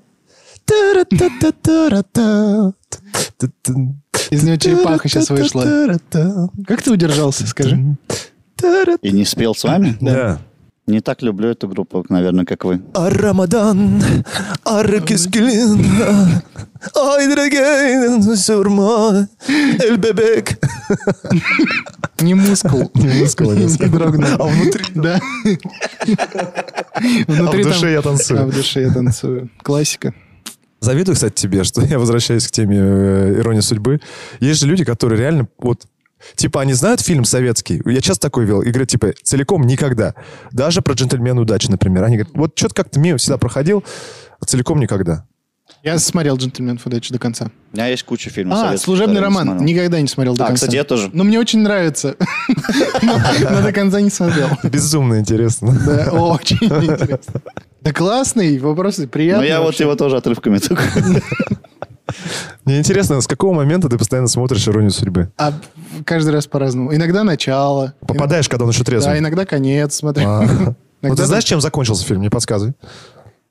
Speaker 1: Из него черепаха сейчас вышла. Как ты удержался, скажи?
Speaker 3: И не спел с вами?
Speaker 2: Да.
Speaker 3: Не так люблю эту группу, наверное, как вы.
Speaker 1: А
Speaker 2: Рамадан, Аркискилин, Ай, дорогой, Сурма, Эльбебек.
Speaker 1: Не мускул.
Speaker 2: Не мускул, не мускул.
Speaker 1: дрогнул.
Speaker 2: А внутри?
Speaker 1: Да.
Speaker 2: А в
Speaker 1: Внутри
Speaker 2: душе
Speaker 1: там-
Speaker 2: я
Speaker 1: А в
Speaker 2: танцую.
Speaker 1: душе я танцую. Классика.
Speaker 2: Завидую, кстати, тебе, что я возвращаюсь к теме э, иронии судьбы. Есть же люди, которые реально вот Типа, они знают фильм советский? Я часто такой вел. И говорят, типа, целиком никогда. Даже про джентльмена удачи, например. Они говорят, вот что-то как-то мимо всегда проходил, а целиком никогда.
Speaker 1: Я смотрел «Джентльменов удачи» до конца.
Speaker 3: У меня есть куча фильмов.
Speaker 1: А,
Speaker 3: советских,
Speaker 1: «Служебный
Speaker 3: которые я не
Speaker 1: роман».
Speaker 3: смотрел.
Speaker 1: Никогда не смотрел до
Speaker 3: А,
Speaker 1: конца.
Speaker 3: кстати, я тоже.
Speaker 1: Но мне очень нравится. Но но до конца не смотрел.
Speaker 2: Безумно интересно.
Speaker 1: Да, очень интересно. Да классный, вопросы
Speaker 3: Но
Speaker 1: приятные.
Speaker 3: я вот
Speaker 1: вообще.
Speaker 3: его тоже отрывками только.
Speaker 2: Мне интересно, с какого момента ты постоянно смотришь «Иронию судьбы»?
Speaker 1: А каждый раз по-разному. Иногда начало.
Speaker 2: Попадаешь, когда он еще
Speaker 1: иногда- Да,
Speaker 2: трезвый?
Speaker 1: иногда конец, смотри.
Speaker 2: А. Ну,
Speaker 1: Иногда-
Speaker 2: ты знаешь, чем закончился фильм? Не подсказывай.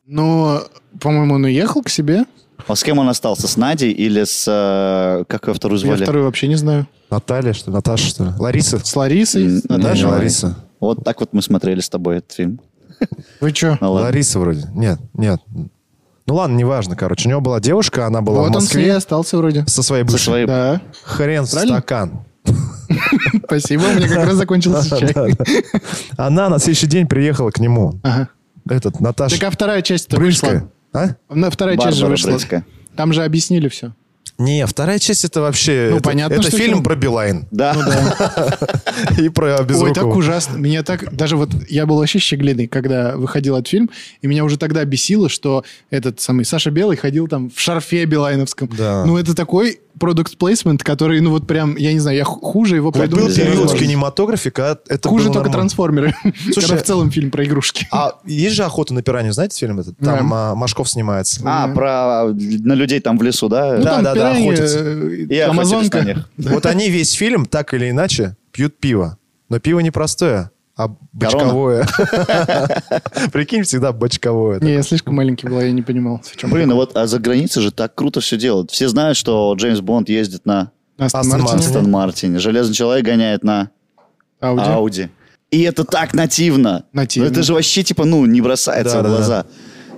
Speaker 1: Ну, по-моему, он уехал к себе.
Speaker 3: А с кем он остался? С Надей или с... э, Как ее вторую
Speaker 1: Я
Speaker 3: звали?
Speaker 1: вторую вообще не знаю.
Speaker 2: Наталья, что ли? Наташа, что ли? Лариса?
Speaker 1: С Ларисой, с
Speaker 3: М, не,
Speaker 1: Наташей.
Speaker 3: не
Speaker 2: Лариса.
Speaker 3: Вот так вот мы смотрели с тобой этот фильм.
Speaker 1: Вы что?
Speaker 3: Ну, ладно.
Speaker 2: Лариса вроде. Нет, нет. Ну ладно, неважно, короче. У него была девушка, она была
Speaker 1: Вот
Speaker 2: в
Speaker 1: он с ней
Speaker 2: Москве
Speaker 1: остался вроде.
Speaker 2: со своей
Speaker 3: Со
Speaker 2: бывшей.
Speaker 3: своей-
Speaker 1: Да,
Speaker 2: Хрен в
Speaker 1: Правильно?
Speaker 2: стакан.
Speaker 1: спасибо. У меня как раз закончился чай.
Speaker 2: Она на следующий день приехала к нему.
Speaker 1: Ага.
Speaker 2: Этот, Наташа
Speaker 1: Так а вторая часть-то
Speaker 2: Брыльская.
Speaker 1: вышла.
Speaker 2: А?
Speaker 1: На вторая часть же
Speaker 3: Барбара
Speaker 1: вышла.
Speaker 3: Брыльская.
Speaker 1: Там же объяснили все.
Speaker 2: Не, вторая часть это вообще...
Speaker 1: Ну,
Speaker 2: это,
Speaker 1: понятно,
Speaker 2: это
Speaker 1: что
Speaker 2: фильм
Speaker 1: фильм.
Speaker 2: про Билайн
Speaker 3: Да.
Speaker 2: и про
Speaker 1: Ой, так
Speaker 2: Безрукова.
Speaker 1: ужасно. Меня так... Даже вот я был вообще щеглиный, когда выходил этот фильм, и меня уже тогда бесило, что этот самый Саша Белый ходил там в шарфе билайновском.
Speaker 2: Да.
Speaker 1: Ну, это такой продукт плейсмент который, ну, вот прям, я не знаю, я ху- хуже его
Speaker 2: Вот
Speaker 1: придумать
Speaker 2: был
Speaker 1: невозможно.
Speaker 2: период в кинематографе, когда это
Speaker 1: Хуже
Speaker 2: было
Speaker 1: только
Speaker 2: нормально.
Speaker 1: трансформеры.
Speaker 2: Слушай,
Speaker 1: Когда в целом фильм про игрушки.
Speaker 2: А есть же «Охота на пиранью», знаете фильм этот? Там а, Машков снимается.
Speaker 3: А, про э, на людей там в лесу, да?
Speaker 1: Ну,
Speaker 2: да,
Speaker 1: там
Speaker 2: да, да,
Speaker 1: пираньи,
Speaker 2: охотятся.
Speaker 1: э,
Speaker 3: И охотились на
Speaker 1: Амазонка.
Speaker 3: них.
Speaker 2: Вот они весь фильм так или иначе пьют пиво. Но пиво не простое, а бочковое. Прикинь, всегда бочковое.
Speaker 1: Не, я слишком маленький был, я не понимал, в чем.
Speaker 3: Блин, а вот а за границей же так круто все делают. Все знают, что Джеймс Бонд ездит на
Speaker 1: Астон
Speaker 2: Астон
Speaker 1: Мартин, А
Speaker 2: Мартин.
Speaker 3: Астон Мартине, Железный человек гоняет на
Speaker 1: Ауди.
Speaker 3: Ауди. И это так нативно.
Speaker 1: Нативно.
Speaker 3: Ну, это же вообще типа, ну, не бросается
Speaker 2: Да,
Speaker 3: в
Speaker 2: да,
Speaker 3: глаза.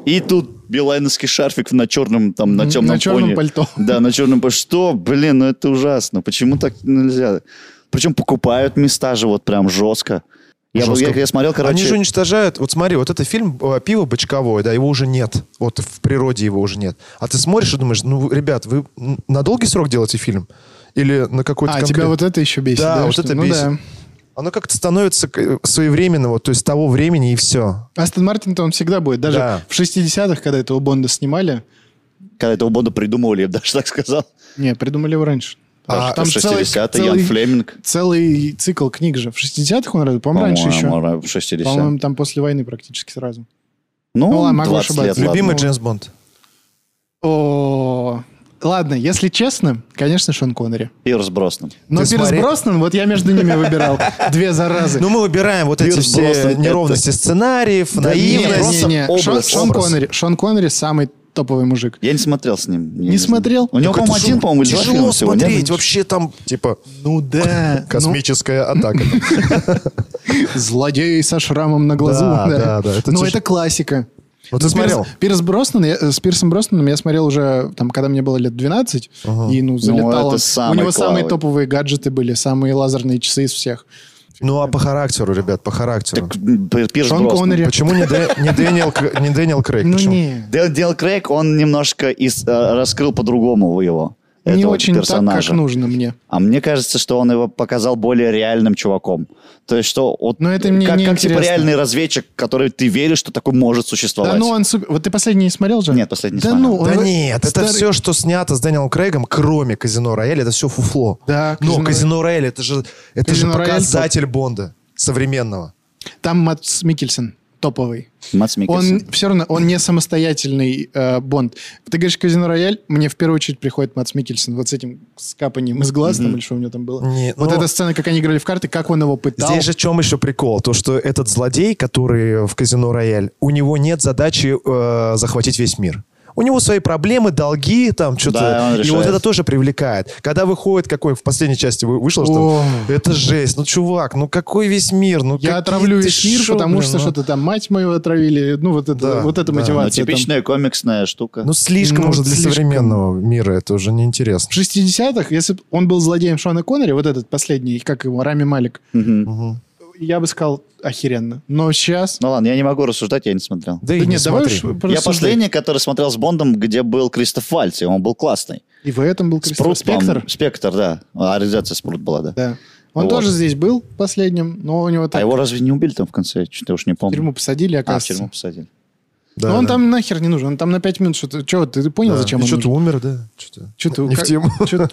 Speaker 3: И тут билайновский шарфик на черном, там, на
Speaker 1: Мгм,
Speaker 3: темном
Speaker 1: на черном
Speaker 3: фоне.
Speaker 1: пальто.
Speaker 3: Да, на черном пальто. Что? Блин, ну это ужасно. Почему так нельзя? Причем покупают места же вот прям жестко. Я, бы-
Speaker 2: Жестко.
Speaker 3: я, я смотрел, короче...
Speaker 2: Они же уничтожают. Вот смотри, вот это фильм э, «Пиво бочковое», да, его уже нет. Вот в природе его уже нет. А ты смотришь и думаешь, ну, ребят, вы м, на долгий срок делаете фильм? Или на какой-то
Speaker 1: А,
Speaker 2: конкрет-
Speaker 1: тебя вот это еще бесит.
Speaker 2: Да, вот
Speaker 1: что-
Speaker 2: это
Speaker 1: ну
Speaker 2: бесит.
Speaker 1: да.
Speaker 2: Оно как-то становится к- э, своевременно, вот, то есть того времени и все.
Speaker 1: Астон Мартин-то он всегда будет. Даже
Speaker 2: Да.
Speaker 1: в 60-х, когда этого Бонда снимали,
Speaker 3: Когда этого Бонда придумывали, я бы даже так сказал.
Speaker 1: не, придумали его раньше.
Speaker 3: А,
Speaker 1: Там целый-
Speaker 3: 60-й,
Speaker 1: целый-
Speaker 3: Ян Флеминг.
Speaker 1: Целый цикл книг же. В 60-х он, по-моему, раньше еще.
Speaker 3: По-моему, в 60.
Speaker 1: По-моему, там после войны практически сразу.
Speaker 3: Ну,
Speaker 1: Ну, ладно, могу
Speaker 3: 20 лет,
Speaker 1: ошибаться.
Speaker 3: ладно.
Speaker 2: Любимый Джеймс Бонд.
Speaker 1: О, ладно, если честно, конечно, Шон Коннери.
Speaker 3: Пирс Броснан.
Speaker 1: Но
Speaker 2: Ты
Speaker 1: Пирс
Speaker 2: смотри.
Speaker 1: Броснан, вот я между ними выбирал. Две заразы.
Speaker 2: Ну, мы выбираем вот эти
Speaker 3: Пирс Броснан
Speaker 2: все
Speaker 3: это-
Speaker 2: неровности сценариев,
Speaker 1: Не,
Speaker 3: нет,
Speaker 2: наивность.
Speaker 1: не, не.
Speaker 3: просто
Speaker 1: Шон,
Speaker 3: образ,
Speaker 1: Шон
Speaker 3: образ.
Speaker 1: Коннери. Шон Коннери самый топовый мужик.
Speaker 3: Я не смотрел с ним. Я
Speaker 1: Не
Speaker 3: знаю.
Speaker 1: смотрел?
Speaker 3: У него,
Speaker 1: Так это
Speaker 3: по-моему, один, Ну, по-моему, или два
Speaker 2: Тяжело
Speaker 3: фильма всего, нет?
Speaker 2: смотреть, вообще там, типа,
Speaker 1: Ну да.
Speaker 2: космическая атака.
Speaker 1: Злодей со шрамом на глазу.
Speaker 2: Да, да, да, это
Speaker 1: Но
Speaker 2: тяж-
Speaker 1: это классика.
Speaker 2: Вот ты
Speaker 1: Ну, Пирс-
Speaker 2: смотрел?
Speaker 1: Пирс Броснан, я- э, с Пирсом Броснаном я смотрел уже, там, когда мне было лет 12, и, ну, залетал
Speaker 3: это
Speaker 1: он. У
Speaker 3: самый
Speaker 1: него самые
Speaker 3: клавый.
Speaker 1: топовые гаджеты были, самые лазерные часы из всех.
Speaker 2: Ну, а по характеру, ребят, по характеру.
Speaker 3: Так, м, Пир- Пирс
Speaker 1: Шон
Speaker 3: Броснан.
Speaker 1: Коннери.
Speaker 2: Почему не, Дэ- не Дэниел, Кр- не Дэниел Крейг?
Speaker 1: Ну,
Speaker 2: Почему?
Speaker 1: не.
Speaker 3: Дэл, Дэл Крейг, он немножко из- э, раскрыл по-другому его.
Speaker 1: Не
Speaker 3: этого
Speaker 1: очень так, как
Speaker 3: персонажа.
Speaker 1: нужно мне.
Speaker 3: А мне кажется, что он его показал более реальным чуваком. То есть, что вот
Speaker 1: Но это мне
Speaker 3: как,
Speaker 1: не
Speaker 3: как типа
Speaker 1: интересно.
Speaker 3: реальный разведчик, который ты веришь, что такой может существовать.
Speaker 1: Да ну он супер... Вот ты последний не смотрел же?
Speaker 3: Нет, последний не
Speaker 1: да
Speaker 3: смотрел.
Speaker 1: Ну, он
Speaker 2: Да
Speaker 1: во-
Speaker 2: нет, это
Speaker 1: старый-
Speaker 2: все, что снято с Дэниелом Крейгом, кроме Казино Рояль, это все фуфло.
Speaker 1: Да,
Speaker 2: Но
Speaker 1: «Казино
Speaker 2: Казино Рояль, это же, это же
Speaker 1: «Казино Рояль»
Speaker 2: показатель Бонда современного.
Speaker 1: Там Матс Микельсон топовый.
Speaker 3: Мац Миккельсон.
Speaker 1: Он все равно, он не самостоятельный э, Бонд. Ты говоришь «Казино Рояль», мне в первую очередь приходит Матс Микельсон вот с этим скапанием из глаз, там, или что у него там было.
Speaker 2: Не,
Speaker 1: вот
Speaker 2: ну-
Speaker 1: эта сцена, как они играли в карты, как он его пытал.
Speaker 2: Здесь же в чем еще прикол? То, что этот злодей, который в казино Рояль, у него нет задачи э, захватить весь мир. У него свои проблемы, долги, там что-то.
Speaker 3: Да, он
Speaker 2: и
Speaker 3: решает.
Speaker 2: вот это тоже привлекает. Когда выходит, какой в последней части вы- вышло, что
Speaker 1: О.
Speaker 2: это жесть. Ну, чувак, ну какой весь мир? Ну,
Speaker 1: Я
Speaker 2: какие
Speaker 1: отравлю
Speaker 2: ты
Speaker 1: весь мир,
Speaker 2: шо,
Speaker 1: потому
Speaker 2: блин,
Speaker 1: что
Speaker 2: ну.
Speaker 1: что-то там мать мою отравили. Ну, вот это,
Speaker 2: Да,
Speaker 1: вот эта
Speaker 2: да.
Speaker 3: Ну,
Speaker 1: мотивация. там.
Speaker 3: типичная комиксная штука.
Speaker 2: Ну, слишком
Speaker 1: Ну,
Speaker 2: уже для
Speaker 1: слишком.
Speaker 2: современного мира это уже неинтересно.
Speaker 1: В 60-х, если бы он был злодеем Шона Коннери, вот этот последний, как его, Рами Малик,
Speaker 3: Мгм.
Speaker 1: я бы сказал, охеренно. Но сейчас...
Speaker 3: ну ладно, я не могу рассуждать, я не смотрел.
Speaker 2: Да, и
Speaker 1: Да
Speaker 2: не
Speaker 1: нет, давай
Speaker 2: смотри.
Speaker 1: уж
Speaker 3: Я
Speaker 1: порассуждай.
Speaker 3: последний, который смотрел с Бондом, где был Кристоф Вальц, и он был классный.
Speaker 1: И в этом был Кристофер
Speaker 3: Спрут,
Speaker 1: Спектр.
Speaker 3: по-моему. Спектр, да. А, Реализация Спрут была, да.
Speaker 1: Да. Он
Speaker 3: Вот.
Speaker 1: тоже здесь был последним, но у него
Speaker 3: А
Speaker 1: так
Speaker 3: его разве не убили там в конце? Что-то я уж не
Speaker 1: в
Speaker 3: помню.
Speaker 1: тюрьму посадили,
Speaker 3: а, в
Speaker 1: оказывается.
Speaker 3: тюрьму посадили.
Speaker 2: Да,
Speaker 1: но ну, он
Speaker 2: да.
Speaker 1: там нахер не нужен. Он там на пять минут что-то... Че, ты, ты понял,
Speaker 2: Да.
Speaker 1: зачем
Speaker 2: И
Speaker 1: он
Speaker 2: Что-то
Speaker 1: нужен?
Speaker 2: умер, да? Что-то.
Speaker 1: Чё-то
Speaker 2: не
Speaker 1: как-
Speaker 2: в тему.
Speaker 1: чё-то-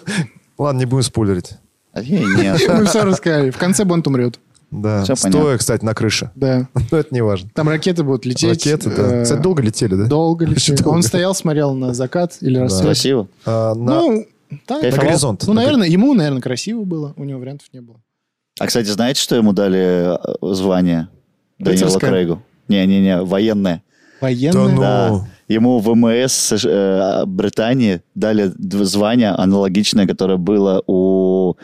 Speaker 2: Ладно, не будем спойлерить.
Speaker 3: А, э, нет.
Speaker 1: Мы все рассказали. В конце Бонд умрет.
Speaker 2: Да.
Speaker 3: Всё
Speaker 2: Стоя,
Speaker 3: понятно.
Speaker 2: кстати, на крыше.
Speaker 1: Да.
Speaker 2: Но Ну, это не важно.
Speaker 1: Там ракеты будут лететь.
Speaker 2: Ракеты, да.
Speaker 1: э,
Speaker 2: Кстати, долго летели, да?
Speaker 1: Долго
Speaker 2: Очень
Speaker 1: летели.
Speaker 2: долго.
Speaker 1: Он стоял, смотрел на закат или рассвет.
Speaker 3: Красиво.
Speaker 2: А, на-
Speaker 1: Ну, да.
Speaker 3: Кайфовал?
Speaker 2: На горизонт.
Speaker 1: Ну, наверное, ему, наверное, красиво было. У него вариантов не было.
Speaker 3: А, кстати, знаете, что ему дали э, звание Данила
Speaker 1: Рыцарское?
Speaker 3: Крейгу? Не-не-не, военное.
Speaker 2: Да
Speaker 1: Военный.
Speaker 2: ну.
Speaker 3: Да. Ему в МС Сш- э, Британии дали дв- звание аналогичное, которое было у...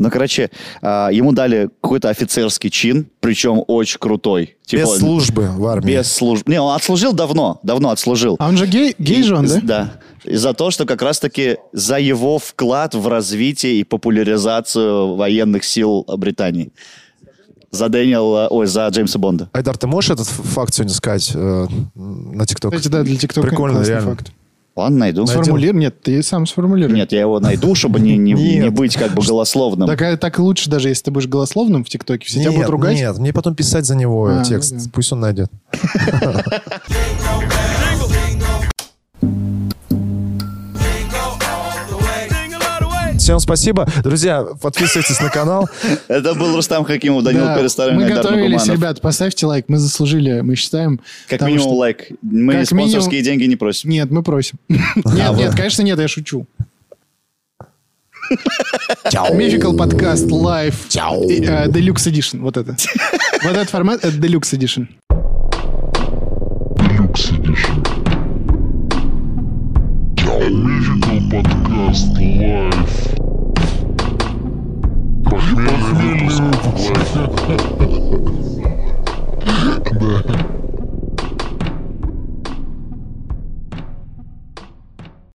Speaker 3: Ну, короче, а, ему дали какой-то офицерский чин, причем очень крутой. Типа,
Speaker 2: Без службы в армии.
Speaker 3: Без службы. Не, он отслужил давно, давно отслужил.
Speaker 1: А он же гей, гей же он,
Speaker 3: И-
Speaker 1: да?
Speaker 3: И за то, что как раз-таки за его вклад в развитие и популяризацию военных сил Британии. За Дэниела, ой, за Джеймса Бонда.
Speaker 2: Айдар, ты можешь этот ф- факт сегодня сказать э, на ТикТок?
Speaker 1: Кстати, да, для ТикТока
Speaker 2: Прикольно,
Speaker 1: классный
Speaker 2: реально.
Speaker 1: факт.
Speaker 3: Ладно, найду.
Speaker 2: Найдем.
Speaker 1: Сформулируй. Нет, ты сам сформулируй.
Speaker 3: Нет, я его найду, чтобы не, не, не
Speaker 2: Нет.
Speaker 3: быть как бы голословным.
Speaker 1: Так, а так лучше даже, если ты будешь голословным в ТикТоке, все тебя будут ругать.
Speaker 2: Нет, мне потом писать за него э,
Speaker 1: А, ну
Speaker 2: текст.
Speaker 1: да.
Speaker 2: Пусть он найдет. Всем спасибо. Друзья, подписывайтесь на канал.
Speaker 3: Это был Рустам Хакимов, Данил
Speaker 1: Да,
Speaker 3: Перестарин,
Speaker 1: мы
Speaker 3: Айдар
Speaker 1: готовились,
Speaker 3: Нугуманов.
Speaker 1: ребят, поставьте лайк, мы заслужили, мы считаем.
Speaker 3: Как
Speaker 1: потому
Speaker 3: минимум
Speaker 1: что-
Speaker 3: лайк. Мы
Speaker 1: Как
Speaker 3: спонсорские деньги не просим.
Speaker 1: Нет, мы просим. А, Нет, нет, конечно нет, я шучу. Мификал э, подкаст, лайф, делюкс Edition, вот это. Вот этот формат, это Deluxe Edition.